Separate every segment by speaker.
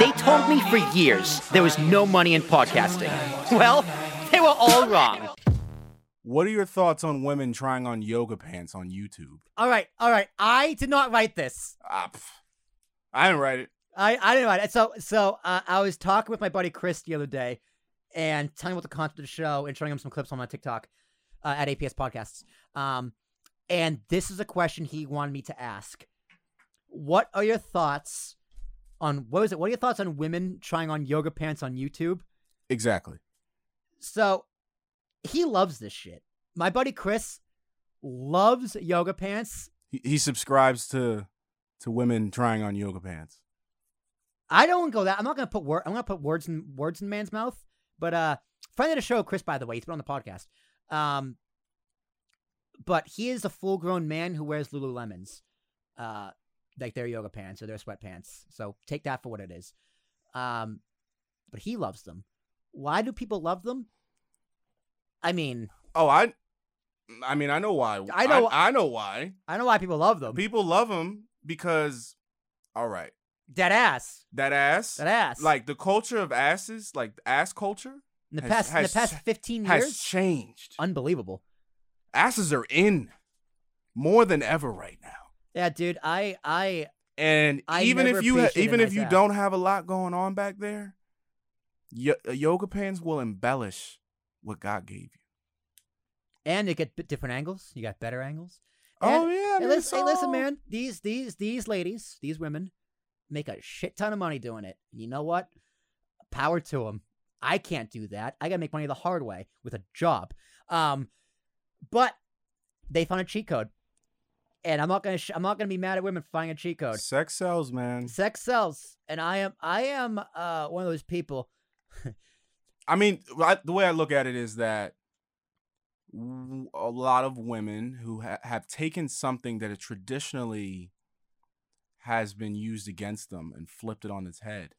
Speaker 1: They told me for years there was no money in podcasting. Well, they were all wrong.
Speaker 2: What are your thoughts on women trying on yoga pants on YouTube?
Speaker 3: All right, all right. I did not write this.
Speaker 2: Ah, pff. I didn't write it.
Speaker 3: I, I didn't write it. So so uh, I was talking with my buddy Chris the other day, and telling him about the concept of the show and showing him some clips on my TikTok uh, at APS Podcasts. Um, and this is a question he wanted me to ask: What are your thoughts on what is it? What are your thoughts on women trying on yoga pants on YouTube?
Speaker 2: Exactly.
Speaker 3: So he loves this shit. My buddy Chris loves yoga pants.
Speaker 2: He, he subscribes to to women trying on yoga pants.
Speaker 3: I don't go that. I'm not gonna put word. I'm gonna put words in words in man's mouth. But uh, friend of the show, Chris. By the way, he's been on the podcast. Um, but he is a full grown man who wears Lululemons, uh, like their yoga pants or their sweatpants. So take that for what it is. Um, but he loves them. Why do people love them? I mean,
Speaker 2: Oh, I. I mean, I know why.
Speaker 3: I know-
Speaker 2: I, I know why.
Speaker 3: I don't know why people love them.
Speaker 2: People love them because, all right,
Speaker 3: Dead ass.
Speaker 2: that ass,
Speaker 3: That ass.
Speaker 2: like the culture of asses, like the ass culture,
Speaker 3: in the
Speaker 2: has-
Speaker 3: past, in the
Speaker 2: has-
Speaker 3: past 15
Speaker 2: has
Speaker 3: years,
Speaker 2: changed.
Speaker 3: unbelievable.
Speaker 2: Asses are in more than ever right now.
Speaker 3: Yeah, dude. I, I,
Speaker 2: And
Speaker 3: I
Speaker 2: even
Speaker 3: never
Speaker 2: if you ha-
Speaker 3: appreciated
Speaker 2: even
Speaker 3: a
Speaker 2: if
Speaker 3: nice
Speaker 2: you
Speaker 3: ass.
Speaker 2: don't have a lot going on back there, yo- uh, yoga pants will embellish what God gave you.
Speaker 3: and you get b- different angles. You got better angles.
Speaker 2: oh
Speaker 3: And-
Speaker 2: yeah,
Speaker 3: Hey,
Speaker 2: man,
Speaker 3: listen, hey,
Speaker 2: so-
Speaker 3: listen, man. These these these ladies, these women, make a shit ton of money doing it. And you know what? Power to them. I can't do that. I gotta make money the hard way with a job. Um, but they found a cheat code, and I'm not gonna sh- I'm not gonna be mad at women for finding a cheat code.
Speaker 2: Sex sells, man.
Speaker 3: Sex sells, and I am I am uh one of those people.
Speaker 2: I mean, I, the way I look at it is that w- a lot of women who ha- have taken something that it traditionally has been used against them and flipped it on its head.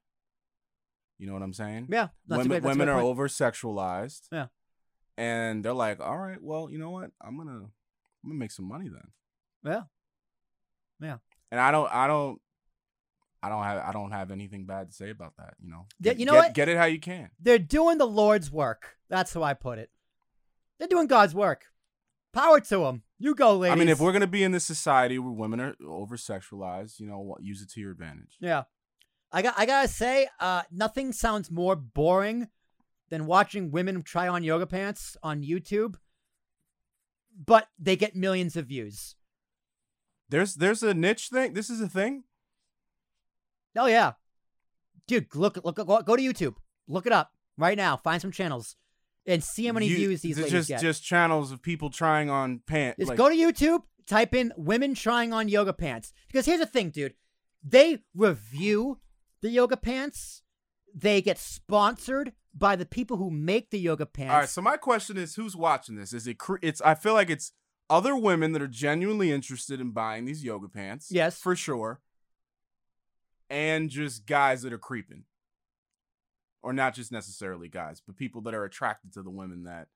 Speaker 2: You know what I'm saying?
Speaker 3: Yeah, that's a
Speaker 2: women
Speaker 3: great- that's a
Speaker 2: women
Speaker 3: great
Speaker 2: are
Speaker 3: point.
Speaker 2: over sexualized.
Speaker 3: Yeah.
Speaker 2: And they're like, all right, well, you know what? I'm gonna I'm gonna make some money then.
Speaker 3: Yeah,
Speaker 2: And I don't I don't I don't have I don't have anything bad to say about that, you know.
Speaker 3: Yeah,
Speaker 2: Get-
Speaker 3: you know
Speaker 2: get,
Speaker 3: what?
Speaker 2: get it how you can.
Speaker 3: they're doing the Lord's work. That's how I put it. They're doing God's work. Power to them. You go, ladies.
Speaker 2: I mean, if we're gonna be in this society where women are over sexualized, you know, what- use it to your advantage.
Speaker 3: Yeah. I got I gotta say, uh, nothing sounds more boring than watching women try on yoga pants on YouTube, but they get millions of views.
Speaker 2: There's there's a niche thing. This is a thing.
Speaker 3: Oh yeah. Dude, look look go, go to YouTube. Look it up right now. Find some channels and see how many
Speaker 2: You-
Speaker 3: views these
Speaker 2: it's
Speaker 3: ladies
Speaker 2: just
Speaker 3: get.
Speaker 2: just channels of people trying on pants.
Speaker 3: Just
Speaker 2: like,
Speaker 3: go to YouTube, type in women trying on yoga pants. Because here's the thing, dude. They review the yoga pants. They get sponsored by the people who make the yoga pants.
Speaker 2: All right. So my question is, who's watching this? Is it? Cre- it's. I feel like it's other women that are genuinely interested in buying these yoga pants.
Speaker 3: Yes.
Speaker 2: for sure. And just guys that are creeping, or not just necessarily guys, but people that are attracted to the women that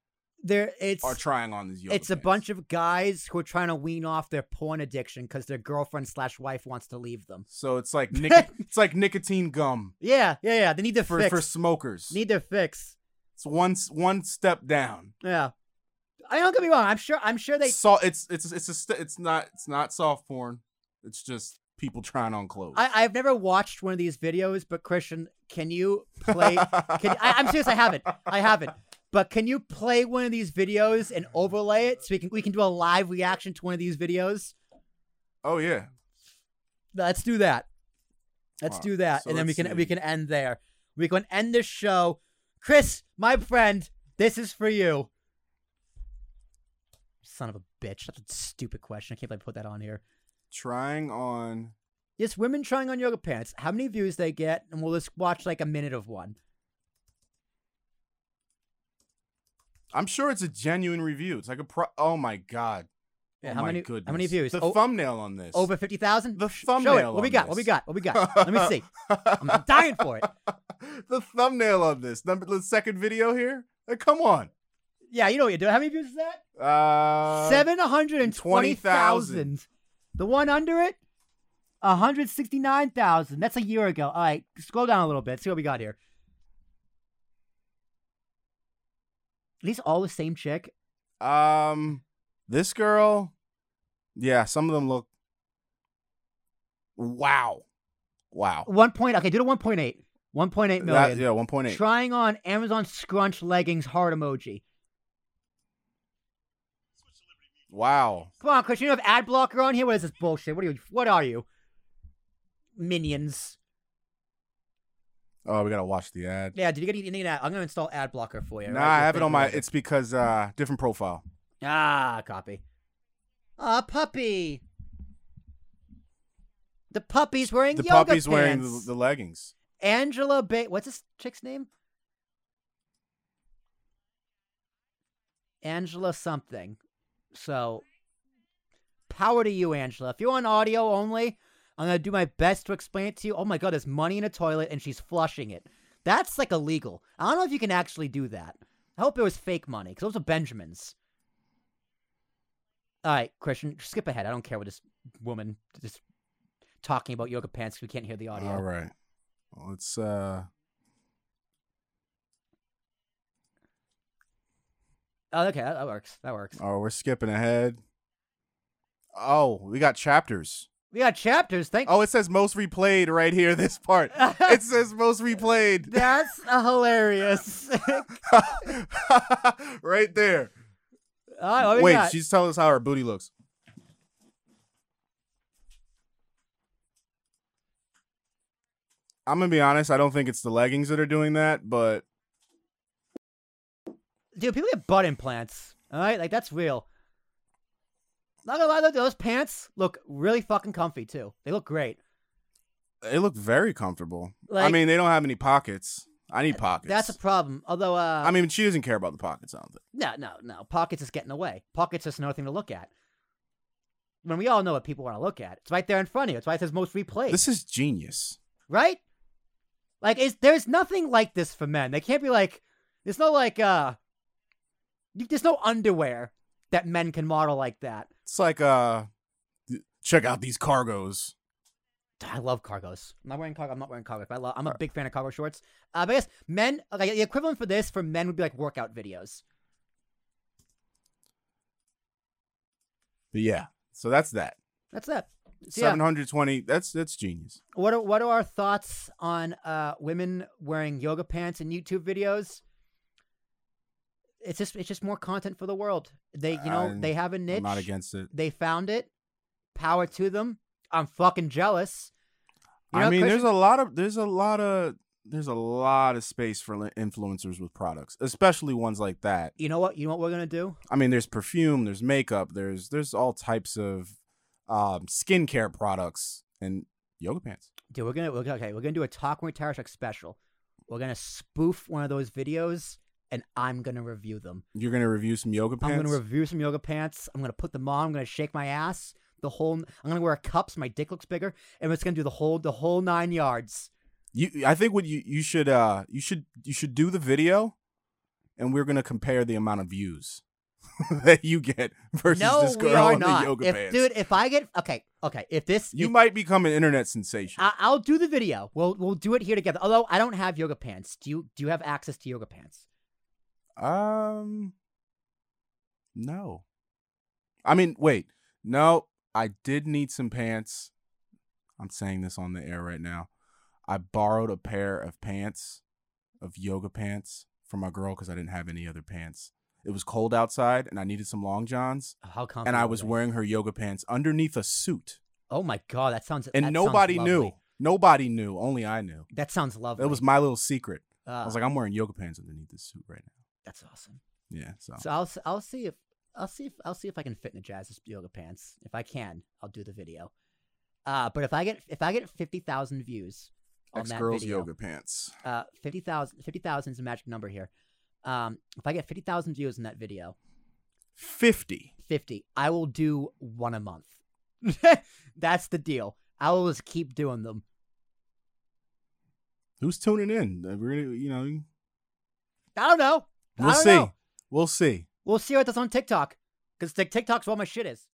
Speaker 3: there it's
Speaker 2: are trying on these yoga.
Speaker 3: it's a
Speaker 2: pants.
Speaker 3: bunch of guys who are trying to wean off their porn addiction because their girlfriend slash wife wants to leave them.
Speaker 2: So it's like nic- it's like nicotine gum
Speaker 3: Yeah, yeah, yeah. They need their
Speaker 2: for
Speaker 3: fix.
Speaker 2: for smokers.
Speaker 3: Need their fix.
Speaker 2: it's one s- one step down.
Speaker 3: Yeah. I don't get me wrong. I'm sure. I'm sure they.
Speaker 2: so it's it's it's a st- it's not it's not soft porn. It's just people trying on clothes.
Speaker 3: I, I've never watched one of these videos, but Christian, can you play? can, I, I'm serious. I haven't. I haven't. But can you play one of these videos and overlay it so we can we can do a live reaction to one of these videos?
Speaker 2: oh yeah.
Speaker 3: Let's do that. Let's
Speaker 2: All right,
Speaker 3: do that,
Speaker 2: so
Speaker 3: and then we
Speaker 2: let's
Speaker 3: can we
Speaker 2: see.
Speaker 3: can end there. We can end this show. Chris, my friend, this is for you. Son of a bitch! That's a stupid question. I can't believe I put that on here.
Speaker 2: Trying on
Speaker 3: Just women trying on yoga pants. How many views they get, and we'll just watch like a minute of one.
Speaker 2: I'm sure it's a genuine review. It's like a pro Oh my god.
Speaker 3: Yeah,
Speaker 2: oh
Speaker 3: how
Speaker 2: my
Speaker 3: many- how
Speaker 2: goodness.
Speaker 3: many views?
Speaker 2: The
Speaker 3: O-
Speaker 2: thumbnail on this.
Speaker 3: Over fifty thousand.
Speaker 2: the
Speaker 3: Show
Speaker 2: thumbnail.
Speaker 3: it. What we
Speaker 2: on
Speaker 3: got? What we
Speaker 2: this.
Speaker 3: got? What we got? Let me see. I'm dying for it.
Speaker 2: the thumbnail on this. Number the second video here? Like, come on.
Speaker 3: Yeah, you know what you're doing. How many views is that?
Speaker 2: Uh
Speaker 3: Seven hundred and twenty thousand. The one under it, 169,000. That's a year ago. All right, scroll down a little bit. See what we got here. Are these all the same chick?
Speaker 2: Um, this girl, yeah, some of them look. Wow, wow.
Speaker 3: One point. Okay, do to 1.8. 1.8 million.
Speaker 2: That, yeah, one point eight.
Speaker 3: Trying on Amazon scrunch leggings heart emoji.
Speaker 2: wow,
Speaker 3: Come on, Chris. You don't have ad blocker on here. What is this bullshit? What are you? What are you? Minions.
Speaker 2: oh, we gotta watch the ad.
Speaker 3: Yeah. Did you get anything? in that? I'm gonna install ad blocker for you.
Speaker 2: nah,
Speaker 3: right?
Speaker 2: I
Speaker 3: You'll
Speaker 2: have it
Speaker 3: think
Speaker 2: on my.
Speaker 3: about
Speaker 2: It's because uh different profile.
Speaker 3: Ah, copy. A puppy. The puppy's wearing
Speaker 2: The
Speaker 3: yoga
Speaker 2: puppy's
Speaker 3: pants.
Speaker 2: wearing the, the leggings.
Speaker 3: Angela Ba. What's this chick's name? Angela something. So, power to you, Angela. If you're on audio only, I'm gonna do my best to explain it to you. Oh my God, there's money in a toilet and she's flushing it. That's like illegal. I don't know if you can actually do that. I hope it was fake money because those are Benjamins. All right, Christian, skip ahead. I don't care what this woman is talking about yoga pants. 'cause We can't hear the audio.
Speaker 2: All right, let's. uh
Speaker 3: Oh, okay, that, that works. That works.
Speaker 2: Oh, we're skipping ahead. Oh, we got chapters.
Speaker 3: We got chapters. Thank.
Speaker 2: Oh, it says most replayed right here. This part. it says most replayed.
Speaker 3: That's uh, hilarious. All
Speaker 2: right there.
Speaker 3: right, what we
Speaker 2: Wait,
Speaker 3: got?
Speaker 2: she's telling us how her booty looks. I'm gonna be honest. I don't think it's the leggings that are doing that, but
Speaker 3: dude. People get butt implants. All right, like that's real. Not gonna lie, though, those pants look really fucking comfy too. They look great.
Speaker 2: they look very comfortable. I
Speaker 3: Like-
Speaker 2: mean, they don't have any pockets. I need pockets.
Speaker 3: That's a problem. Although, uh,
Speaker 2: I mean, she doesn't care about the pockets. I don't think.
Speaker 3: no, no, no. Pockets is getting away. Pockets is another thing to look at. When we all know what people want to look at, it's right there in front of you. It's why it says most replayed.
Speaker 2: This is genius.
Speaker 3: right? Like, is there's nothing like this for men. They can't be like, there's no like, uh, you- there's no underwear that men can model like that.
Speaker 2: It's like uh, check out these cargos.
Speaker 3: I love cargos. I'm not wearing cargo. I'm not wearing cargos. But I love. I'm a big fan of cargo shorts. Uh, but I guess men, like the equivalent for this for men would be like workout videos.
Speaker 2: But yeah, so that's that.
Speaker 3: That's it. So, yeah.
Speaker 2: Seven hundred twenty. That's that's genius.
Speaker 3: What are, what are our thoughts on uh, women wearing yoga pants in YouTube videos? It's just it's just more content for the world. They you know
Speaker 2: I'm-
Speaker 3: they have a niche.
Speaker 2: I'm not against it.
Speaker 3: They found it. Power to them. I'm fucking jealous. You
Speaker 2: I
Speaker 3: know,
Speaker 2: mean, there's
Speaker 3: Christian-
Speaker 2: a lot of there's a lot of there's a lot of space for li- influencers with products, especially ones like that.
Speaker 3: You know what? You know what we're gonna do?
Speaker 2: I mean, there's perfume, there's makeup, there's there's all types of um, skincare products and yoga pants.
Speaker 3: Dude, we're gonna we're, gonna- okay. We're gonna do a talk when we retire Trek special. We're gonna spoof one of those videos, and I'm gonna review them.
Speaker 2: You're gonna review some yoga pants.
Speaker 3: I'm gonna review some yoga pants. I'm gonna put them on. I'm gonna shake my ass. The whole. I'm gonna wear a cup so my dick looks bigger, and we're just gonna do the whole the whole nine yards.
Speaker 2: you, I think what you you should uh you should you should do the video, and we're gonna compare the amount of views that you get versus
Speaker 3: no,
Speaker 2: this girl
Speaker 3: we are
Speaker 2: in
Speaker 3: not.
Speaker 2: the yoga
Speaker 3: if,
Speaker 2: pants.
Speaker 3: Dude, if I get okay, okay. If this
Speaker 2: you
Speaker 3: if-
Speaker 2: might become an internet sensation.
Speaker 3: I, I'll do the video. We'll we'll do it here together. Although I don't have yoga pants. Do you do you have access to yoga pants?
Speaker 2: Um, no. I mean, wait. No, I did need some pants. I'm saying this on the air right now. I borrowed a pair of pants, of yoga pants, from my girl because I didn't have any other pants. It was cold outside and I needed some long johns,
Speaker 3: How come?
Speaker 2: and I was wearing her yoga pants underneath a suit,
Speaker 3: Oh my god, that sounds.
Speaker 2: and
Speaker 3: that sounds
Speaker 2: nobody
Speaker 3: lovely.
Speaker 2: knew. Nobody knew. Only I knew.
Speaker 3: That sounds lovely.
Speaker 2: That was my little secret.
Speaker 3: Uh,
Speaker 2: I was like, I'm wearing yoga pants underneath this suit right now.
Speaker 3: that's awesome.
Speaker 2: Yeah. So,
Speaker 3: So I'll s- I'll see if I'll see if I'll see if I can fit in the Jazz's yoga pants. If I can, I'll do the video. Uh, but if I get if I get fifty thousand views on
Speaker 2: X
Speaker 3: that
Speaker 2: girls
Speaker 3: video,
Speaker 2: yoga pants.
Speaker 3: uh, 50,000 50,000 is a magic number here. Um, if I get fifty thousand views in that video,
Speaker 2: 50.
Speaker 3: fifty, I will do one a month. that's the deal. I will just keep doing them.
Speaker 2: Who's tuning in? Uh, We're gonna, you know,
Speaker 3: I don't know. I
Speaker 2: we'll
Speaker 3: don't
Speaker 2: see.
Speaker 3: know.
Speaker 2: We'll see.
Speaker 3: We'll see what that's on TikTok because TikTok's where all my shit is.